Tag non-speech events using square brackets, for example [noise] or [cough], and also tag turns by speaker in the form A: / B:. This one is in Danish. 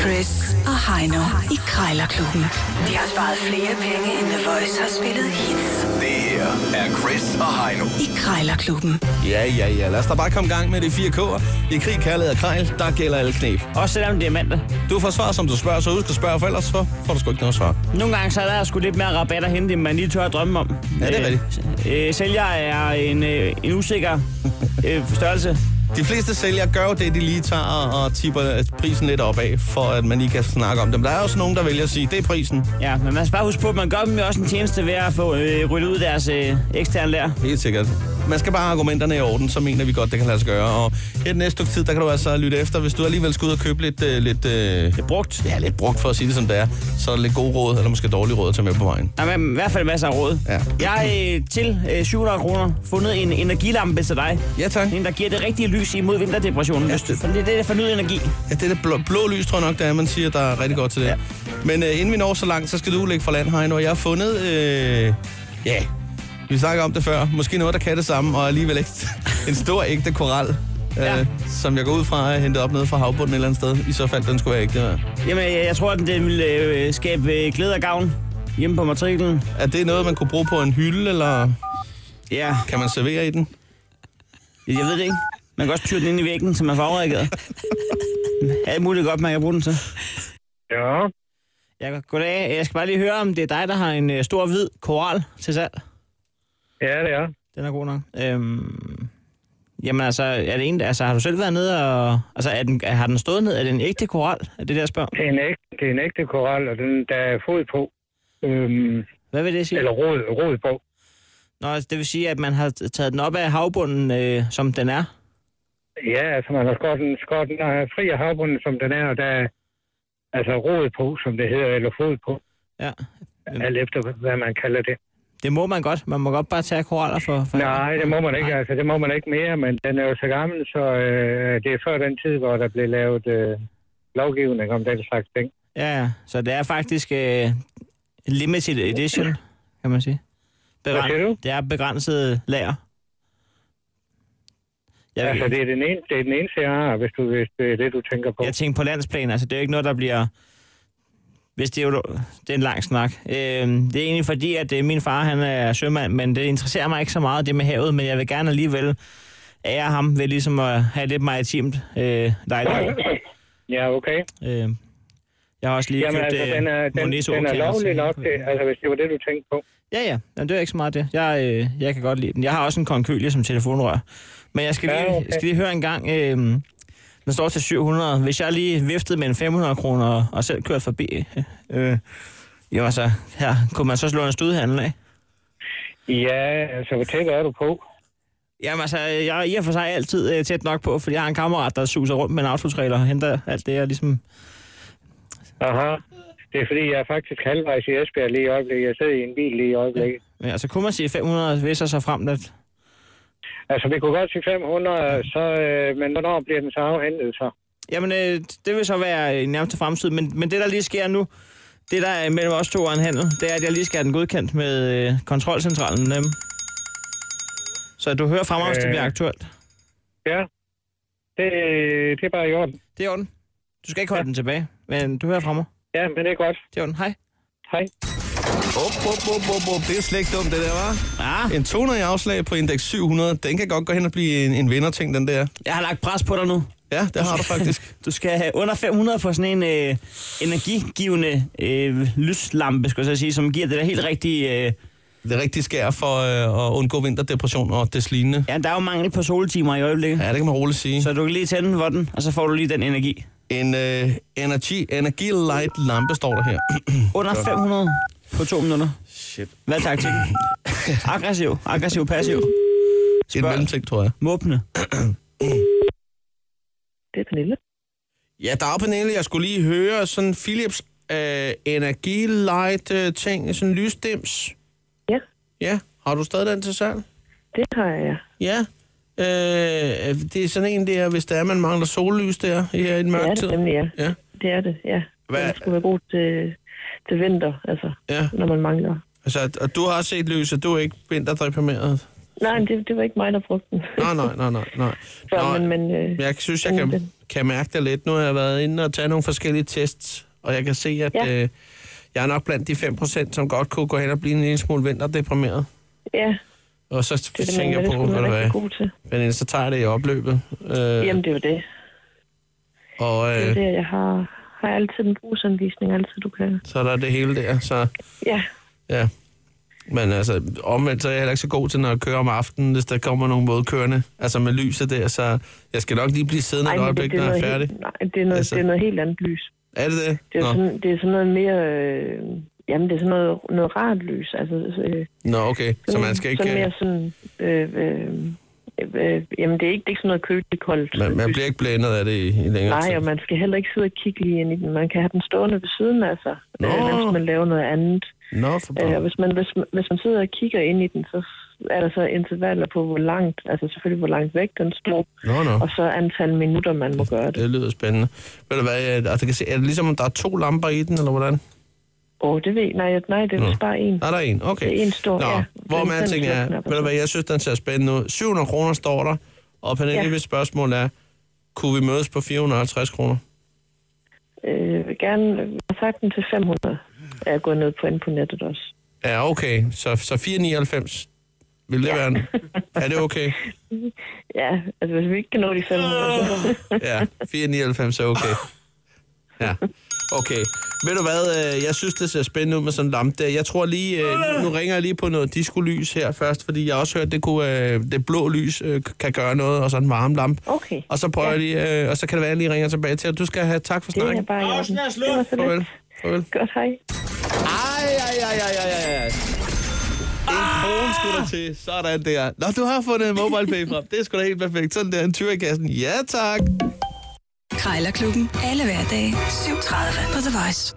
A: Chris og Heino i Krejlerklubben. De har sparet flere penge, end The Voice har spillet hits
B: Det her er Chris og Heino.
A: i Krejlerklubben.
C: Ja, ja, ja. Lad os da bare komme i gang med de fire K'er. I krig, kærlighed og krejl, der gælder alle knep.
D: Også selvom det er mandag.
C: Du får svar, som du spørger, så husk at spørge, for ellers så får du sgu ikke noget svar.
D: Nogle gange så er der sgu lidt mere rabat at hente, end man lige tør at drømme om.
C: Ja, det er
D: rigtigt. Øh, sælger er en, øh, en usikker øh, størrelse.
C: De fleste sælgere gør jo det, de lige tager og- og tipper prisen lidt opad, for at man lige kan snakke om dem. Der er også nogen, der vælger at sige, det er prisen.
D: Ja, men man skal bare huske på, at man gør dem jo også en tjeneste ved at få øh, ryddet ud deres øh, eksterne lær.
C: Helt sikkert. Man skal bare have argumenterne i orden, så mener vi godt, det kan lade sig gøre. Og i den næste stykke tid, der kan du altså lytte efter, hvis du alligevel skal ud og købe lidt, øh, lidt, øh,
D: Brugt.
C: ja, lidt brugt for at sige det, som det er. Så er der lidt gode råd, eller måske dårlige råd at tage med på vejen.
D: Der er i hvert fald masser af råd.
C: Ja.
D: Jeg har øh, til øh, 700 kroner fundet en energilampe til dig.
C: Ja, tak.
D: En, der giver det rigtige lys imod vinterdepressionen.
C: Ja,
D: hvis du-
C: det-
D: for det er det, der fornyet energi.
C: Ja, det er det blå, blå lys, tror jeg nok, det er, man siger, der er rigtig godt til det. Ja.
D: Ja.
C: Men øh, inden vi når så langt, så skal du lægge for land, Heino. Jeg har fundet, øh, ja, vi snakker om det før, måske noget, der kan det samme, og alligevel ikke [laughs] en stor ægte koral, øh, ja.
D: Ja.
C: som jeg går ud fra er hentet op nede fra havbunden et eller andet sted. I så fald, den skulle være ægte. Ja.
D: Jamen, jeg, jeg tror, at den vil øh, skabe øh, glæde og gavn hjemme på matriklen.
C: Er det noget, man kunne bruge på en hylde, eller
D: Ja.
C: kan man servere i den?
D: Jeg ved det ikke. Man kan også tyre den ind i væggen, så man får [laughs] afreageret. Alt muligt godt, man kan bruge den til.
E: Ja,
D: Jeg, goddag. Jeg skal bare lige høre, om det er dig, der har en øh, stor hvid koral til salg.
E: ja det er.
D: Den er god nok. Øhm, jamen altså, er det en, der- altså, har du selv været nede og... Altså, er den, har den stået ned? Er det en ægte koral? Er det det, jeg spørger? om?
E: Det er en ægte, det er en ægte koral, og den, der er fod på. Øhm,
D: Hvad vil det sige?
E: eller rod, rod på.
D: Nå, altså, det vil sige, at man har taget den op af havbunden, øh, som den er.
E: Ja, altså man har skåret den, skåret den er fri af havbunden, som den er, og der er altså rod på, som det hedder, eller fod på,
D: Ja.
E: alt efter hvad man kalder det.
D: Det må man godt. Man må godt bare tage koraller for... for
E: Nej, det må man ikke,
D: Nej.
E: altså det må man ikke mere, men den er jo så gammel, så øh, det er før den tid, hvor der blev lavet øh, lovgivning om den slags ting.
D: Ja, ja. Så det er faktisk øh, limited edition, kan man sige.
E: Hvad siger du?
D: Det er begrænset lager. Jeg,
E: Altså det er den eneste, det er den eneste jeg har, hvis, du, hvis det er det, du tænker på.
D: jeg tænker på landsplan, altså det er jo ikke noget, der bliver... Hvis det er jo... Det er en lang snak. Øh, det er egentlig fordi, at øh, min far han er sømand, men det interesserer mig ikke så meget, det med havet, men jeg vil gerne alligevel ære ham ved ligesom at have lidt maritimt øh, dejligt.
E: Ja, okay.
D: Øh, jeg har også lige
E: Jamen
D: købt
E: altså,
D: øh,
E: den er, den,
D: Monesso
E: den er
D: Orkan,
E: lovlig
D: altså.
E: nok, det, altså hvis det var det, du tænkte på.
D: Ja, ja. Jamen, det er ikke så meget det. Jeg, øh, jeg kan godt lide den. Jeg har også en konkølie som telefonrør. Men jeg skal lige,
E: Ja,
D: ja,
E: okay.
D: okay. skal lige høre en gang. Øh, den står til 700. Hvis jeg lige viftede med en 500 kroner og, og selv kørte forbi, øh, jo altså, her, kunne man så slå en studhandel af?
E: Ja, altså hvor tæt er du på?
D: Jamen altså, jeg er i og for sig altid øh, tæt nok på, fordi jeg har en kammerat, der suser rundt med en autotrailer og henter alt det, jeg ligesom...
E: Aha. Det er fordi, jeg er faktisk halvvejs i Esbjerg lige i øjeblikket. Jeg sidder i en bil lige i øjeblikket.
D: Men altså, kunne man sige 500, hvis jeg så frem, at...
E: Altså vi kunne godt sige 500, så, øh, men hvornår bliver den så afhentet så?
D: Jamen, øh, det vil så være øh, i nærmeste fremtid, men, men det, der lige sker nu, det, der er mellem os to og en handel, det er, at jeg lige skal have den godkendt med øh, kontrolcentralen. Dem. Så du hører fra mig, hvis det
E: Øh.
D: bliver aktuelt.
E: Ja, det, det er bare i orden.
D: Det er orden. Du skal ikke holde ja. den tilbage, men du hører fra mig.
E: Ja, men det er godt.
D: Det er orden. Hej.
E: Hej.
C: Op, op, op, op, op. Det er slet ikke dumt, det der, var.
D: Ah,
C: En 200 i afslag på indeks 700, den kan godt gå hen og blive en, en vinderting, den der.
D: jeg har lagt pres på dig nu.
C: Ja, det [laughs] har du faktisk.
D: Du skal have under 500 på sådan en øh, energigivende øh, lyslampe, skulle jeg så sige, som giver det der helt rigtige... Øh,
C: Det rigtige skær for øh, at undgå vinterdepression og des lignende.
D: ja, der er jo mangel på soltimer i øjeblikket.
C: Ja, det kan man roligt sige.
D: Så du kan lige tænde den for den, og så får du lige den energi.
C: En øh, energi, energi light lampe står der her.
D: Under 500 på to minutter. Shit. Hvad er taktikken? Aggressiv, aggressiv, passiv.
C: Det er en mellemting, tror jeg.
D: Måbne.
F: Det er Pernille.
C: Ja, der er Pernille, jeg skulle lige høre sådan Philips øh, energi light øh, ting, sådan lysdims.
F: Ja,
C: Ja, har du stadig den til salg?
F: det har jeg.
C: Ja. Øh, det er sådan en der, hvis der er, man mangler sollys der her i en
F: Det
C: mørk
F: er
C: tid.
F: det nemlig, ja.
C: Ja.
F: Det er det, ja.
C: Hvad-
F: Den skulle være god til, til vinter, altså,
C: Ja.
F: når man mangler.
C: Altså, at- og du har set lys, og du er ikke vinterdeprimeret.
F: Nej, det, det var ikke mig, der brugte den.
C: Nej, nej, nej, nej, nej.
F: [laughs] Så,
C: Nå,
F: men, men, øh,
C: jeg synes, jeg
F: den-
C: kan,
F: den-
C: kan mærke det lidt. Nu har jeg været inde og taget nogle forskellige tests, og jeg kan se, at ja.
F: Ja.
C: øh, jeg er nok blandt de 5%, som godt kunne gå hen og blive en lille smule vinterdeprimeret.
F: ja,
C: Og så
F: det er det,
C: tænker
F: man
C: jeg
F: er
C: på,
F: sgu
C: ved du
F: rigtig
C: hvad,
F: god til.
C: men så tager jeg det i opløbet. Øh,
F: Jamen, det er jo det.
C: og
F: Det er
C: øh,
F: det, jeg har, har altid en brugsanvisning, altid du kan.
C: så er der det hele der, så...
F: Ja,
C: Ja. Men altså, omvendt så er jeg heller ikke så god til, når jeg kører om aftenen, hvis der kommer nogle modkørende. Altså med lyset der, så jeg skal nok lige blive siddende Ej, et
F: men
C: øjeblik, når jeg er
F: noget
C: færdig.
F: Helt, nej, det er, noget,
C: Altså-
F: altså... det er noget helt andet lys.
C: Er det det?
F: Det er, jo
C: Nå.
F: sådan, det er sådan noget mere... Øh, jamen, det er sådan noget, noget rart lys. Altså, øh,
C: Nå, okay. Så man skal
F: Sådan
C: ikke... øh,
F: mere sådan... Øh, øh, øh, jamen, det er ikke, det er ikke sådan noget køligt koldt.
C: Man, man
F: lys.
C: bliver ikke blændet af det i, i længere
F: Nej,
C: tid.
F: og man skal heller ikke sidde og kigge lige ind i den. Man kan have den stående ved siden af sig,
C: Nå.
F: øh, mens man laver noget andet.
C: Nå, for
F: Øh,
C: øh,
F: og hvis man, hvis, man- hvis man sidder og kigger ind i den, så er der så intervaller på, hvor langt, altså selvfølgelig hvor langt væk den står,
C: Nå, nå.
F: og så antal minutter, man må gøre det.
C: Det lyder spændende. Ved du hvad, jeg, altså, kan se, er det ligesom, om der er to lamper i den, eller hvordan?
F: Åh, det ved nej, jeg- nej, det er vist bare en.
C: Nej, der er en. Okay.
F: Det er en stor,
C: Nå,
F: ja.
C: hvor
F: Den-
C: med
F: den
C: alting
F: slår
C: er,
F: knap og
C: ved du
F: så.
C: hvad, jeg synes, den ser spændende ud. 700 kroner står der, og Pernille,
F: Ja.
C: hvis spørgsmålet er, kunne vi mødes på 450 kroner?
F: Øh, jeg vil gerne jeg har sagt den til 500, er jeg gået ned på ind på nettet også.
C: Ja, okay. Så, så 4,99. Vil det ja. være en...
F: [laughs]
C: Er det okay?
F: Ja, altså hvis vi ikke kan nå de 500, så...
C: Ja, 4,99 er
F: [laughs]
C: okay. Ja, okay. Ved du hvad, øh, jeg synes, det ser spændende ud med sådan en lampe der. Jeg tror lige, øh, nu ringer jeg lige på noget disco-lys her først, fordi jeg har også hørt, det kunne øh, det blå lys øh, kan gøre noget, og sådan en varm lampe.
F: Okay.
C: Og så prøver jeg lige, øh, og så kan det være, at jeg lige ringer tilbage til dig. Du skal have tak for
F: Det er
C: snakken.
F: bare i orden.
D: er slut.
F: Det var så
C: Farvel.
F: lidt.
C: Farvel.
F: Godt, hej.
C: Ej, ej, ej, ej, ej, ej, ej. En krone skulle der til. Sådan der. Nå, du har fundet en mobile pay frem. Det er sgu da helt perfekt. Sådan der, en tyr i kassen. Ja, tak.
A: Krejlerklubben. Alle hverdage. 7.30 på The Voice.